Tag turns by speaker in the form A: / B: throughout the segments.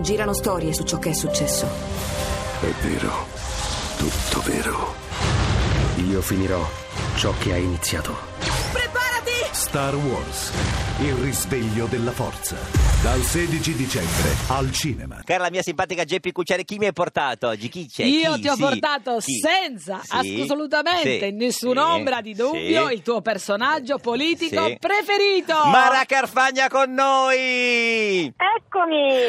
A: Girano storie su ciò che è successo.
B: È vero, tutto vero. Io finirò ciò che ha iniziato.
C: Preparati!
D: Star Wars, il risveglio della forza. Dal 16 dicembre al cinema.
E: Cara la mia simpatica Geppi Cucciari, chi mi hai portato oggi? Chi c'è?
C: Io
E: Cioè, Chi?
C: ti ho
E: Sì.
C: portato
E: Chi?
C: senza
E: Sì.
C: assolutamente
E: Sì.
C: nessun'ombra
E: Sì.
C: di dubbio
E: Sì.
C: il tuo personaggio politico
E: Sì.
C: preferito.
E: Mara Carfagna con noi!
F: Eccomi!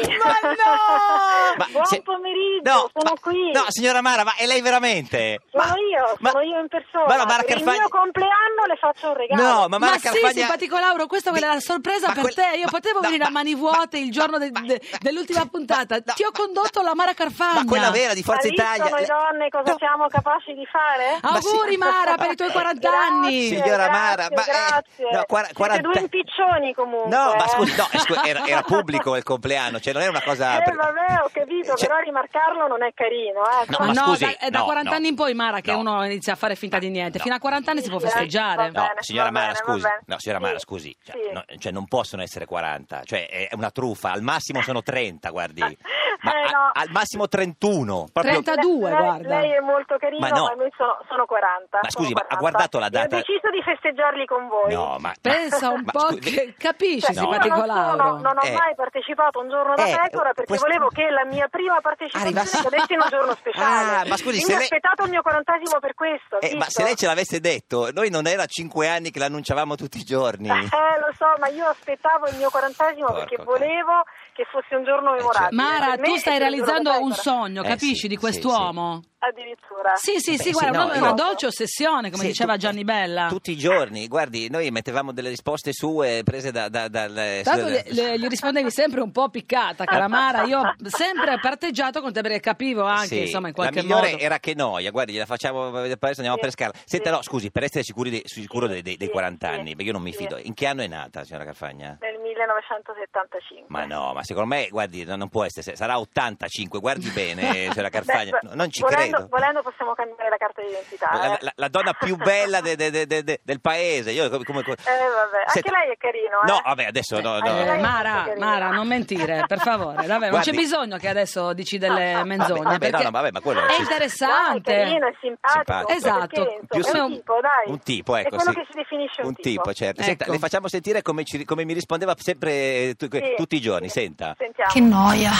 C: Ma no!
E: Ma
F: Buon
E: se-
F: pomeriggio,
E: No,
F: sono
E: ma-
F: qui.
E: No, signora Mara, ma è lei veramente?
F: sono
E: Ma-
F: io,
E: ma-
F: sono io in persona.
E: Ma no, Mara
F: per
E: Carfagna...
F: il mio compleanno le faccio un regalo.
E: No, ma Mara
C: Ma
E: Carfagna...
C: sì, simpatico Lauro, questa
E: Mi-
C: era la sorpresa
E: ma
C: per
E: quel-
C: te. Io
E: ma-
C: potevo
E: no,
C: venire a
E: ma-
C: mani
E: ma-
C: vuote il giorno de-
E: ma-
C: de- dell'ultima
E: ma-
C: puntata.
E: no,
C: Ti ho
E: ma-
C: condotto alla Mara Carfagna.
E: Ma quella vera di Forza
F: Ma lì
E: Italia.
F: sono le donne, cosa
E: No,
F: siamo capaci di fare?
E: ma
C: Auguri
E: sì.
C: Mara per i tuoi 40
F: Grazie,
C: anni.
E: Signora
F: grazie,
E: Mara, ma, eh,
F: grazie.
E: no, quara-
F: Siete
E: 40
F: due impiccioni comunque.
E: No, ma
F: eh.
E: scusi, no, eh, scusi, era, era pubblico il compleanno, cioè non è una cosa...
F: Eh, vabbè, ho capito,
E: Cioè-
F: però rimarcarlo non è carino, ecco.
E: ma
C: Ma no,
E: scusi,
C: da- è da
E: no,
C: 40
E: no.
C: anni in poi, Mara, che
E: No.
C: uno inizia a fare finta di niente.
E: No.
C: Fino a 40 anni si può
F: Sì, eh,
C: festeggiare.
F: va
E: No,
F: bene,
E: signora
F: va
E: Mara,
F: bene,
E: scusi,
F: va bene.
E: no, signora Mara,
F: Sì.
E: scusi, cioè,
F: Sì.
E: no, cioè, non possono essere 40, cioè è una truffa, al massimo sono 30, guardi, ma
F: Eh,
E: a-
F: no.
E: al massimo 31, proprio...
C: 30 32,
F: lei,
C: guarda.
F: Lei è molto carino,
E: Ma
F: ma,
E: no.
F: noi sono, sono 40.
E: Ma
F: sono
E: scusi, ma ha
F: 40.
E: guardato la
F: E
E: data-
F: Ho deciso di festeggiarli con voi.
E: No, ma...
C: Pensa un
E: ma
C: po'
E: scusi,
C: che capisci,
F: Cioè,
E: No.
F: io
C: simpatico
F: non, sono-
C: Lauro.
F: non ho
E: Eh.
F: mai partecipato a un giorno da
E: Eh,
F: pecora perché
E: questo-
F: volevo che la mia prima
C: Ah,
F: partecipazione
E: Arrivasse-
F: fosse un giorno speciale.
E: Ah, ma scusi,
F: Quindi
E: se
F: ho
E: lei-
F: aspettato il mio quarantesimo per questo.
E: Eh, ma
F: visto?
E: se lei ce l'avesse detto, noi non era 5 anni che l'annunciavamo tutti i giorni.
F: Eh, lo so, ma io aspettavo il mio quarantesimo
E: Porco
F: perché
E: cane. certo.
F: volevo che fosse un giorno memorabile.
C: Mara,
F: Per me
C: tu stai
F: è il giorno
C: realizzando
F: da
C: un
F: pecora.
C: sogno,
E: Eh,
C: capisci,
E: sì,
C: di
E: sì,
C: quest'uomo?
F: Addirittura.
C: Sì, sì,
E: Beh,
C: sì, guarda,
E: no,
C: proprio
E: io-
C: una dolce ossessione, come
E: Sì,
C: diceva
E: tu-
C: Gianni Bella.
E: Tutti i giorni, guardi, noi mettevamo delle risposte sue prese da... da, dal-
C: Tanto
E: da-
C: le- le- gli rispondevi sempre un po' piccata, cara Mara. Io ho sempre parteggiato con te perché capivo anche,
E: Sì,
C: insomma, in qualche
E: la migliore
C: modo.
E: era che noia, guardi, gliela facciamo vedere adesso andiamo
F: Sì,
E: per scala. Senta,
F: sì.
E: no, scusi, per essere sicuri de- sicuro dei, dei- dei
F: Sì,
E: 40
F: sì,
E: anni, perché io non mi
F: sì.
E: fido. In che anno è nata, signora Carfagna?
F: Nel 1975.
E: Ma no, ma secondo me, guardi, no- non può essere, sarà 85, guardi bene, signora
F: Beh,
E: Carfagna,
F: beh,
E: No, non ci
F: volendo,
E: credo.
F: Volendo possiamo cambiare la carta d'identità.
E: La,
F: eh.
E: la- la donna più bella de- de- de- de- de- del paese, io come, come- come-
F: Eh, vabbè, anche
E: Senta-
F: lei è carino, eh.
E: No, vabbè, adesso no,
F: Anche
E: no.
F: lei
C: Eh,
F: è
C: Mara,
F: carina.
C: Mara, non mentire, per favore. Davvero, non
E: Guardi-
C: c'è bisogno che adesso dici delle
E: Vabbè,
C: menzogne.
E: vabbè, no,
C: perché
E: no, vabbè, eh, ma quello
C: è
E: ci-
C: interessante.
F: Dai, è carino, è simpatico.
E: Simpatico.
C: Esatto.
F: perché, insomma,
E: Giusto.
F: È un tipo, dai.
E: Un tipo, ecco.
F: È quello
E: sì.
F: che si definisce un,
E: certo.
C: Ecco.
E: Senta, le facciamo sentire come, ci- come mi rispondeva sempre eh, tu-
F: Sì,
E: tutti i giorni,
F: sì.
E: senta.
F: Sentiamo.
G: Che noia.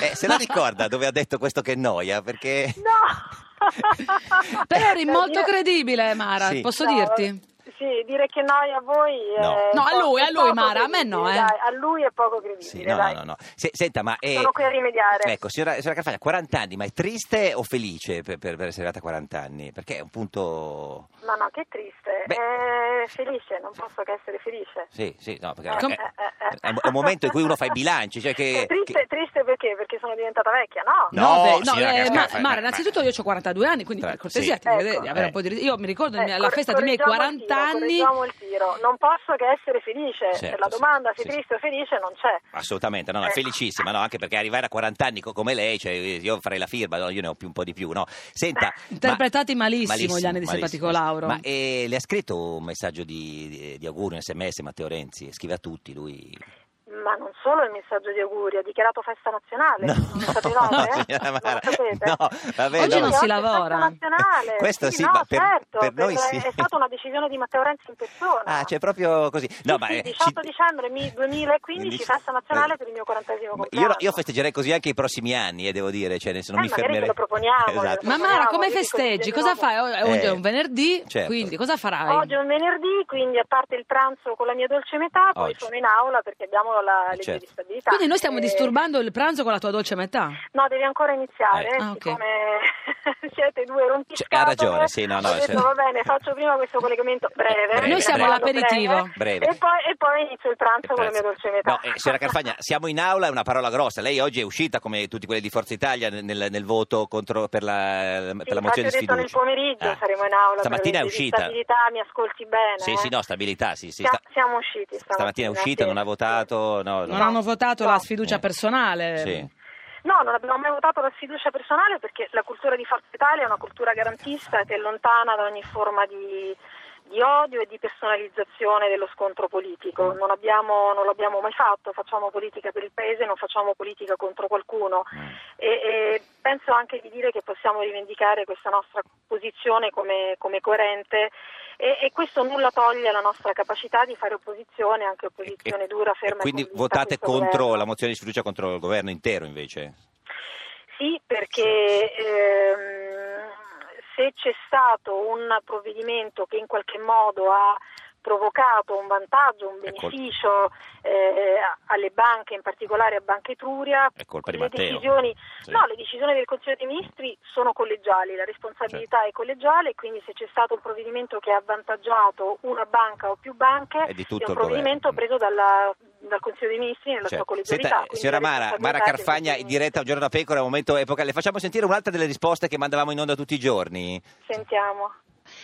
E: Eh, se la ricorda dove ha detto questo che noia, perché...
F: No!
C: Però eri
F: Cioè,
C: molto
F: dire-
C: credibile, Mara,
E: Sì.
C: posso
F: no,
C: dirti?
F: Sì, dire che noia a voi eh, è
E: No.
C: No, a
F: po-
C: lui,
F: è
C: a lui,
F: poco
C: Mara, a me no,
F: credibile,
C: eh.
F: dai, a lui è poco credibile,
E: Sì, no, no,
F: dai.
E: no, no. Se- senta, ma... eh,
F: Sono qui a rimediare.
E: Ecco, signora, signora Carfagna, 40 anni, ma è triste o felice per, per- per essere arrivata a 40 anni? Perché è un punto...
F: No, no, che triste.
E: Beh.
F: Eh, felice, non posso che essere felice.
E: Sì, sì, no,
F: Eh,
E: perché
C: Com-
E: è, è un- è un momento in cui uno fa i bilanci, cioè che...
F: È triste,
E: che-
F: triste perché? Perché sono diventata vecchia, no?
E: No, signora
C: eh,
E: Cascaffa,
C: ma,
E: ma-
C: Mara, innanzitutto io ho 42 anni, quindi
E: Tra-
C: per cortesia
E: sì. Eh,
C: ti devi
F: Ecco.
C: avere un po' di ris- Io mi ricordo il mio- la festa dei miei
F: correggiamo
C: 40
F: il tiro,
C: anni.
F: correggiamo il tiro. Non posso che essere felice.
E: Certo,
F: la
E: sì,
F: domanda se
E: sì,
F: triste o felice non c'è.
E: Assolutamente, no, no, è
F: Eh.
E: felicissima, no, anche perché arrivare a 40 anni co- come lei, cioè, io farei la firma, no, io ne ho più un po' di più, no. Senta,
C: Interpretati malissimo gli anni di
E: malissimo,
C: Simpatico
E: malissimo.
C: Lauro.
E: Ma eh, le ha scritto un messaggio di, di- di auguri, un sms Matteo Renzi? Scrive a tutti lui.
F: Ma non solo il messaggio di auguri, ha dichiarato festa nazionale.
E: No,
F: Non lo sapevate?
E: no,
F: eh?
E: signora
F: Non lo
E: Mara,
F: sapete?
E: no, vabbè,
C: Oggi
F: Sì,
C: no. non
F: oggi
C: si
F: è
C: lavora.
F: festa nazionale.
E: Questo sì,
F: no,
E: ma per-
F: certo,
E: per noi
F: è-
E: sì.
F: È stata una decisione di Matteo Renzi in persona.
E: Ah, c'è proprio così. No, ma,
F: sì,
E: eh,
F: 18
E: ci-
F: dicembre mi- 2015,
E: Quindi-
F: festa nazionale
E: eh,
F: per il mio 40 compleanno.
E: Io, io festeggerei così anche i prossimi anni, eh, devo dire, cioè, nel senso, non
F: Eh,
E: mi
F: magari
E: fermerei.
F: glielo proponiamo, glielo
E: Esatto.
C: Ma Mara, come
F: Io dico
C: festeggi?
F: di
C: Cosa
F: nuovo.
C: fai? O- Oggi
E: Eh,
C: è un venerdì,
E: certo.
C: quindi cosa farai?
F: Oggi è un venerdì, quindi a parte il pranzo con la mia dolce metà, poi
E: Oggi.
F: sono in aula perché abbiamo la legge
E: Certo.
F: di stabilità.
C: Quindi noi stiamo
F: Eh,
C: disturbando il pranzo con la tua dolce metà.
F: No, devi ancora iniziare,
E: Eh.
C: Ah, ok.
F: siccome siete due rompiscatole.
E: Cioè, ha ragione, sì, no, no,
F: Ho detto,
E: certo.
F: va bene, faccio prima questo collegamento breve.
E: Breve,
F: mi
E: Noi siamo
F: raccomando,
C: all'aperitivo.
E: Breve.
F: E, poi, e poi inizio il pranzo con la mia
E: Grazie.
F: dolce metà.
E: No, eh, signora Carfagna, siamo in aula, è una parola grossa. Lei oggi è uscita come tutti quelli di Forza Italia nel, nel voto contro, per, la, per
F: Sì,
E: la mozione di
F: infatti ho detto
E: sfiducia.
F: nel pomeriggio
E: Ah.
F: saremo in aula. per
E: Stamattina è
F: la legge di
E: uscita.
F: Stabilità, mi ascolti bene.
E: Sì,
F: eh?
E: sì, no, stabilità, sì, sì.
F: Sia-
E: sta-
F: siamo usciti stamattina,
E: Stamattina è uscita,
F: sì.
E: non ha votato, no, no.
C: Non hanno votato la sfiducia
E: Eh.
C: personale.
E: Sì.
F: No, non abbiamo mai votato la sfiducia personale perché la cultura di Forza Italia è una cultura garantista che è lontana da ogni forma di, di odio e di personalizzazione dello scontro
E: Mm.
F: politico. Non, abbiamo- non l'abbiamo mai fatto, facciamo politica per il Paese, non facciamo politica contro qualcuno.
E: Eh,
F: E, e penso anche di dire che possiamo rivendicare questa nostra posizione come, come coerente e, e questo nulla toglie alla nostra capacità di fare opposizione, anche opposizione
E: E-
F: dura,
E: eh, e
F: ferma. e
E: quindi
F: convinta a
E: votate
F: questo
E: contro
F: governo.
E: la mozione di sfiducia contro il governo intero invece?
F: Sì, perché ehm, se c'è stato un provvedimento che in qualche modo ha provocato un vantaggio, un
E: È colpa-
F: beneficio eh, alle banche, in particolare a Banca Etruria,
E: È colpa di
F: le
E: Matteo.
F: decisioni,
E: Sì.
F: no, le decisioni del Consiglio dei Ministri sono collegiali, la responsabilità
E: Certo.
F: è collegiale, quindi se c'è stato un provvedimento che ha avvantaggiato una banca o più banche,
E: È di tutto
F: un
E: il governo.
F: provvedimento preso dalla- dal Consiglio dei Ministri nella sua
E: Certo.
F: collegialità.
E: Senta,
F: quindi
E: signora
F: la
E: Mara, Mara
F: responsabilità è del
E: Carfagna in
F: Consiglio dei
E: diretta a Un giorno da pecora, un momento epocale. Le facciamo sentire un'altra delle risposte che mandavamo in onda tutti i giorni.
F: Ministri. Sentiamo.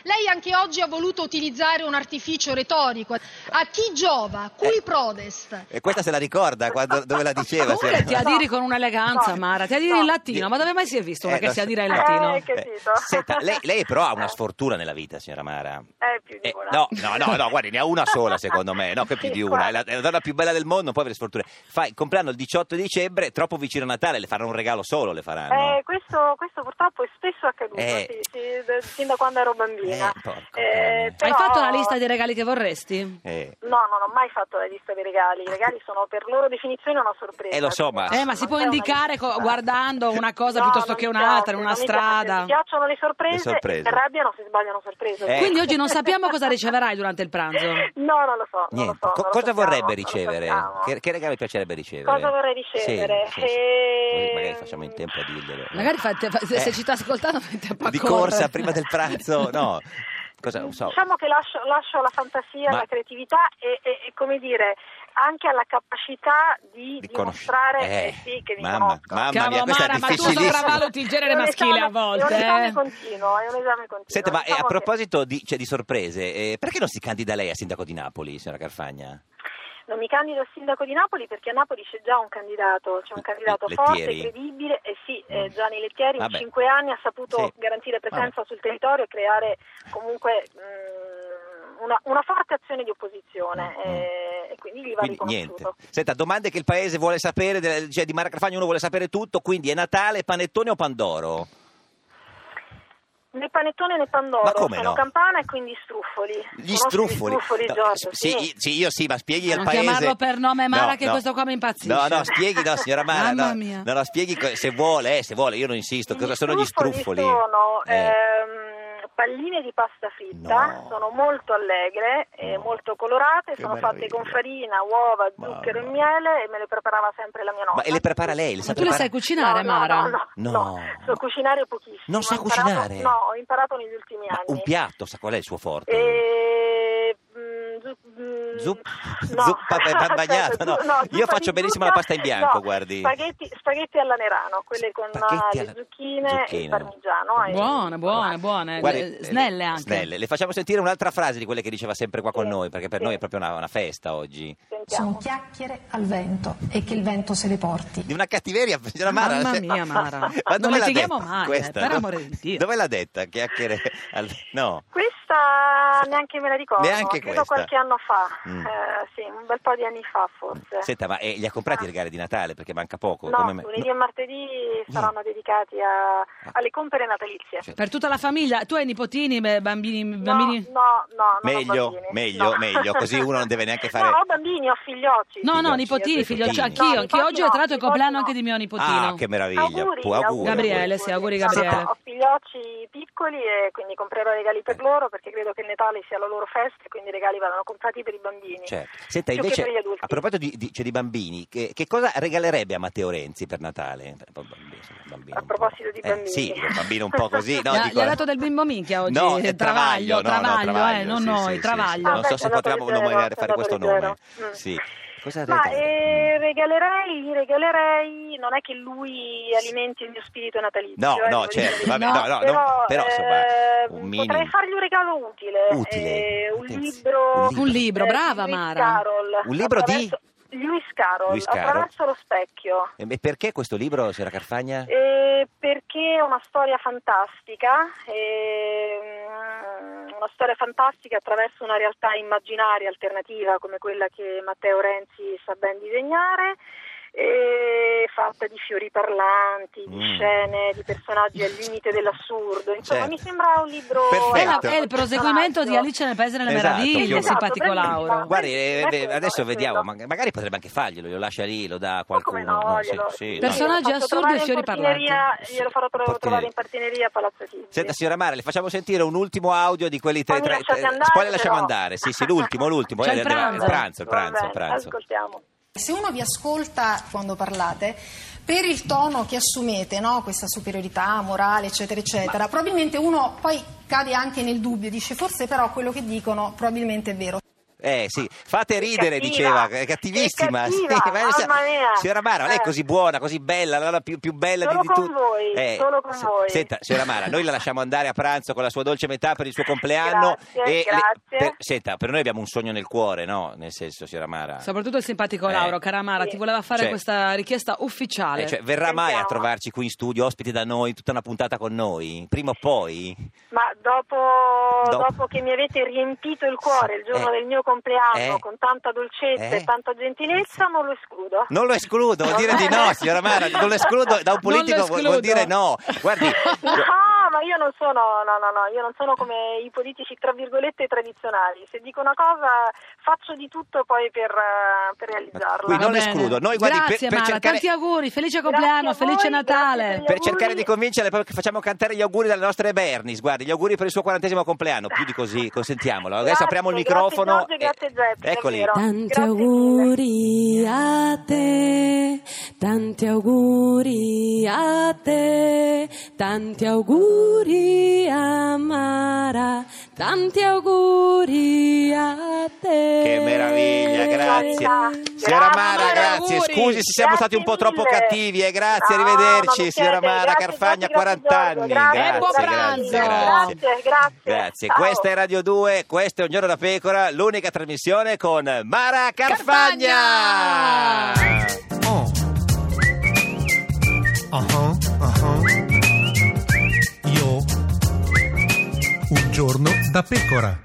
G: Lei anche oggi ha voluto utilizzare un artificio retorico. A chi giova?
H: Eh.
G: Cui prodest?
E: Eh, E questa se la ricorda quando- dove la diceva?
C: Comunque ti
E: signora-
C: adiri con un'eleganza,
F: No.
C: Mara, ti adiri in
F: No.
C: latino, ma dove mai si è visto una
E: Eh,
C: che
E: lo
C: si
E: so.
C: adira in
F: Eh,
C: latino?
F: che- capito.
E: senta, lei, lei però ha una
F: Eh.
E: sfortuna nella vita, signora Mara.
F: Eh, più di
E: Eh,
F: una.
E: no, no, no, no, guardi, ne ha una sola secondo me, no, che più
F: Sì,
E: di
F: guarda.
E: una. È la, è la donna più bella del mondo, non può avere sfortuna. Fa il compleanno il 18 dicembre, troppo vicino a Natale, le faranno un regalo solo, le faranno.
F: Eh, questo, questo purtroppo è spesso accaduto,
E: Eh.
F: sì, sì, d- sin da quando ero bambina.
E: Eh, porco cane.
F: Eh, però-
C: Hai fatto la lista dei regali che vorresti?
E: Eh.
F: No, non ho mai fatto la lista dei regali. I regali sono per loro definizione una sorpresa.
E: Eh, lo so, ma-
C: Eh, ma si può
F: Non c'è una
C: indicare co-
F: lista.
C: guardando una cosa
F: No,
C: piuttosto
F: non
C: che
F: mi
C: un'altra,
F: piace,
C: in una
F: non mi piace.
C: strada?
F: Mi piacciono le sorprese,
E: Le sorprese.
F: e si arrabbiano se sbagliano sorprese.
E: Eh.
C: Quindi oggi non
F: Ecco.
C: sappiamo cosa riceverai durante il pranzo.
F: No, non lo so. non lo
E: Niente,
F: so,
E: Co-
F: non lo
E: cosa
F: sappiamo,
E: vorrebbe
F: non lo
E: ricevere?
F: sappiamo.
E: Che, che regalo piacerebbe ricevere?
F: Cosa vorrei
E: Sì,
F: ricevere?
E: sì, sì.
F: Ehm,
E: Magari facciamo in tempo a dirglielo.
C: Magari fate- fa- se,
E: Eh.
C: se ci sta ascoltando fate un po' a
E: di
C: correre.
E: corsa prima del pranzo, no. Cosa, non so.
F: Diciamo che lascio, lascio alla fantasia,
E: Ma-
F: alla creatività e, e- e, come dire anche alla capacità di,
E: Di conosce-
F: dimostrare
E: eh,
F: eh sì, che mi
E: mamma,
F: conosco.
E: mamma
C: Cavolo,
E: mia, questa
C: Mara,
E: è
C: ma tu
E: difficilissima.
C: sopravvaluti il genere
F: È un
C: maschile a
F: esame-
C: volte.
F: È un esame
C: eh.
F: continuo, è un esame continuo.
E: Senta, ma eh,
F: Diciamo
E: a
F: che-
E: proposito di, cioè, di sorprese, eh, perché non si candida lei a sindaco di Napoli, signora Carfagna?
F: Non mi candido a sindaco di Napoli perché a Napoli c'è già un candidato, c'è un candidato
E: Lettieri?
F: forte, credibile e sì, eh,
E: Mm.
F: Gianni Lettieri
E: Vabbè.
F: in cinque anni ha saputo
E: Sì.
F: garantire presenza
E: Vabbè.
F: sul territorio e creare comunque mm, una, una forte azione di opposizione
E: Mm, mm.
F: eh, e quindi gli va
E: Quindi
F: riconosciuto.
E: niente. Senta, domande che il paese vuole sapere, della- cioè di Mara Carfagna uno vuole sapere tutto, quindi è Natale, panettone o pandoro?
F: Né panettone né pandoro,
E: Ma come
F: sono
E: no?
F: campana e quindi struffoli.
E: Gli
F: Conosci
E: struffoli.
F: Gli struffoli,
E: No,
F: Giorgio,
E: sì,
F: sì.
E: sì, io sì, ma spieghi al
C: Non
E: paese.
C: chiamarlo per nome Mara, che questo qua mi impazzisce.
E: No, no, spieghi, no, signora Mara,
C: Mamma
E: no,
C: mia.
E: no, no, spieghi co- se vuole, eh, se vuole, io non insisto. Cosa sono gli struffoli?
F: Sono
E: Eh.
F: ehm, palline di pasta fritta,
E: No.
F: sono molto allegre, e
E: No.
F: molto colorate,
E: Che
F: sono fatte
E: meraviglia.
F: con farina, uova, zucchero
E: Mamma.
F: e miele e me le preparava sempre la mia nonna.
E: Ma e le prepara lei? Le
C: Ma
E: sa
C: tu le
E: prepara-
C: sai cucinare,
F: no,
C: Mara?
F: No, no,
E: No.
F: no, no. so cucinare pochissimo.
E: Non sa
F: Ho imparato-
E: cucinare?
F: No, ho imparato negli ultimi
E: Ma
F: anni. Eh,
E: un piatto, sa qual è il suo forte?
F: E... mm, zu- mm,
E: Zup-
F: no.
E: zuppa per barbagnata,
F: Aspetta,
E: no.
F: zu-
E: Io
F: zuppa
E: faccio
F: di
E: benissimo
F: zucca,
E: la pasta in bianco,
F: no,
E: guardi.
F: Spaghetti, spaghetti all'anerano, quelle con eh,
E: Spaghetti
F: le
E: alla-
F: zucchine e il
E: zucchine.
F: parmigiano. eh, e-
C: Buone, buone, buone.
E: Guardi,
C: Eh,
E: eh,
C: snelle anche.
E: snelle. Le facciamo sentire un'altra frase di quelle che diceva sempre qua con
F: Sì,
E: noi, perché per
F: sì.
E: noi è proprio una, una festa oggi.
H: Sono
F: Sentiamo.
H: chiacchiere al vento e che il vento se le porti.
E: Di una cattiveria, signora Mara.
C: Mamma
E: se-
C: mia, Mara.
E: Ma
C: Non
E: dove l'ha
C: litighiamo
E: detta
C: mai, eh,
E: questa?
C: per
E: Do-
C: amore di Dio.
E: Dove l'ha detta? Chiacchiere al- No.
F: Questa neanche me la ricordo,
E: Neanche
F: credo
E: questa.
F: qualche anno fa,
E: Mm.
F: eh, sì, un bel po' di anni fa forse. Ah,
E: Senta, ma eh, li ha comprati i regali di Natale? Perché manca poco.
F: No,
E: come me- Ah.
F: lunedì
E: no.
F: e martedì saranno dedicati a- alle compere natalizie.
E: Cioè,
C: Per tutta la famiglia, tu hai nipotini, beh, bambini,
F: No,
C: bambini?
F: no, no, non ho
E: Meglio,
F: bambini.
E: meglio,
F: No.
E: meglio, così uno non deve neanche fare-
F: No, ho bambini, ho figliocci.
C: No, no,
E: Figliocci,
C: nipotini,
E: eh,
C: figlio, cioè,
E: nipotini.
C: anch'io,
F: No,
C: anch'io oggi
F: nipoti
C: ho
F: no,
C: tratto il
F: nipoti
C: compleanno
F: no.
C: anche di mio nipotino.
E: Ah, che meraviglia.
F: Auguri,
E: Pu- auguri,
C: Gabriele,
E: auguri.
C: sì, auguri,
F: No, no,
C: Gabriele.
F: ho figliocci piccoli e quindi comprerò regali
E: Eh.
F: per loro perché credo che il Natale sia la loro festa e quindi i regali vadano comprati per i bambini.
E: Certo. Senta,
F: Più che
E: invece,
F: per gli adulti.
E: a proposito di, di- cioè, di bambini, che, che cosa regalerebbe a Matteo Renzi per Natale? Beh, bambino, insomma, bambino
F: A
E: un po'.
F: proposito di
E: Eh,
F: bambini.
E: sì, un bambino un po' così. No,
C: Gli ha-
E: dico-
C: gli ha dato del bimbo minchia oggi,
E: No, è Travaglio,
C: Travaglio,
E: no, no,
C: Travaglio, eh, non
E: sì,
C: noi,
E: sì, sì,
C: Travaglio.
E: sì. Non so se
F: Vabbè, è
E: potremmo
F: andato
E: nominare,
F: leggero,
E: fare
F: è
E: questo
F: andato
E: nome.
F: leggero. Mm.
E: Sì. Cosa
F: Ma
E: regalerebbe?
F: eh, regalerei, gli regalerei, non è che lui alimenti il mio spirito natalizio.
E: No,
F: eh,
E: no,
F: devo dire
E: certo,
F: la
E: vabbè,
F: verità.
E: no, no,
F: però,
E: non- però,
F: eh,
E: insomma, un minimo-
F: Potrei fargli un regalo utile,
E: Utile,
F: eh, un,
E: attenzione,
F: libro,
E: un libro. Un
C: libro,
F: eh, di
C: brava,
F: Lewis
C: Mara.
F: Carroll,
E: Un libro di?
F: attraverso- Lewis Carroll,
E: Lewis Carroll.
F: attraverso lo specchio.
E: E beh, perché questo libro, Sera Carfagna?
F: Eh, perché è una storia fantastica, ehm, una storia fantastica attraverso una realtà immaginaria alternativa come quella che Matteo Renzi sa ben disegnare. e fatta di fiori parlanti, di
E: Mm.
F: scene, di personaggi al limite dell'assurdo. Insomma,
E: Certo.
F: mi sembra un libro.
E: Perfetto.
C: È, la- è il
F: adatto,
C: proseguimento di
F: saggio.
C: Alice nel Paese delle
E: Esatto,
C: Meraviglie,
E: chiuso.
C: simpatico
F: Esatto,
C: Lauro.
F: bravissimo.
E: Guardi, eh,
F: Ecco,
E: beh,
F: no,
E: adesso
F: ecco,
E: vediamo,
F: no.
E: ma- magari potrebbe anche farglielo, lo lascia lì, lo dà a
F: Ma Oh, come
E: qualcuno.
F: no,
E: no? Sì,
F: glielo-
E: sì,
F: glielo
E: dai.
C: Personaggi
F: faccio
C: assurdi
F: trovare
C: e
F: in
C: fiori
F: portineria-
C: parlanti.
F: Glielo farò tro-
E: Portineria.
F: trovare in partineria a Palazzo Tizi.
E: Senta, signora Mara, le facciamo sentire un ultimo audio di quelli tre,
F: Poi mi
E: tre,
F: lasciate
E: tre-
F: andare,
E: poi le lasciamo
F: però.
E: andare. Sì, sì, l'ultimo, l'ultimo.
C: C'è
E: eh,
C: il
E: andiamo-
C: pranzo.
E: il pranzo, il
F: Va bene,
E: pranzo.
F: Ascoltiamo.
I: Se uno vi ascolta quando parlate, per il tono che assumete, no? questa superiorità morale, eccetera, eccetera, probabilmente uno poi cade anche nel dubbio, dice forse però quello che dicono probabilmente è vero.
E: Eh sì, fate ridere,
F: È cattiva.
E: diceva, è cattivissima.
F: È
E: sì,
F: cattiva,
E: sa-
F: mamma mia.
E: Signora Mara, lei è
F: Eh.
E: così buona, così bella, la, la più, più bella
F: Solo
E: di, di
F: con
E: tutti. Eh,
F: voi, solo con voi.
E: Senta, signora Mara, noi la lasciamo andare a pranzo con la sua dolce metà per il suo compleanno.
F: Grazie,
E: e le-
F: grazie.
E: per- senta, per noi abbiamo un sogno nel cuore, no? Nel senso, signora Mara.
C: Soprattutto il simpatico
E: Eh.
C: Lauro, cara Mara,
F: Sì.
C: ti voleva fare
E: Cioè-
C: questa richiesta ufficiale.
E: Eh, cioè, verrà mai a
F: Sentiamo.
E: trovarci qui in studio, ospite da noi, tutta una puntata con noi? Prima o poi?
F: Ma dopo,
E: Dopo.
F: dopo che mi avete riempito il cuore il giorno
E: Eh.
F: del mio compleanno
E: Eh.
F: con tanta dolcezza
E: Eh.
F: e tanta gentilezza, non lo escludo.
E: Non lo escludo, vuol dire di no, signora Mara, non lo escludo da un
C: Non lo
E: politico, vuol- vuol
C: escludo.
E: dire no. Guardi,
F: No, ma io non sono, no, no, no, io non sono come i politici tra virgolette tradizionali. Se dico una cosa faccio di tutto poi per, eh, per realizzarla.
E: Quindi
C: Va
E: non lo
C: bene.
E: escludo. Noi, guardi, per-
C: Grazie
E: per
C: Mara,
E: cercare-
C: tanti auguri, felice
F: Grazie
C: compleanno,
F: a voi,
C: felice
F: grazie
C: Natale.
F: per gli
E: per
F: auguri.
E: cercare di convincerle, poi facciamo cantare gli auguri dalle nostre Bernis. Guardi, gli auguri per il suo quarantesimo compleanno. Più di così, consentiamolo. Adesso
F: Grazie,
E: apriamo il
F: grazie
E: microfono.
F: Giorgio, grazie Giuseppe,
E: Eccoli.
F: davvero.
J: Tanti
F: Grazie mille.
J: auguri a te, tanti auguri a te, tanti auguri a Mara, tanti auguri a te.
E: Che meraviglia, grazie.
F: Grazie.
E: Signora Mara,
F: Grazie,
E: grazie.
C: auguri.
E: Scusi se siamo
F: Grazie
E: stati un po' troppo
F: mille.
E: cattivi. Eh, grazie,
F: No,
E: arrivederci.
F: ma non
E: signora
F: siete.
E: Mara
F: Grazie,
E: Carfagna,
F: grazie, grazie,
E: 40
F: Giorgio.
E: anni.
F: Grazie,
E: Grazie,
C: buon
E: grazie,
C: pranzo.
E: grazie.
F: Grazie, grazie.
E: Grazie.
F: Ciao.
E: Questa è Radio 2, questo è Un giorno da pecora, l'unica trasmissione con Mara Carfagna.
D: Oh. Ah ah. Io. Un giorno da pecora.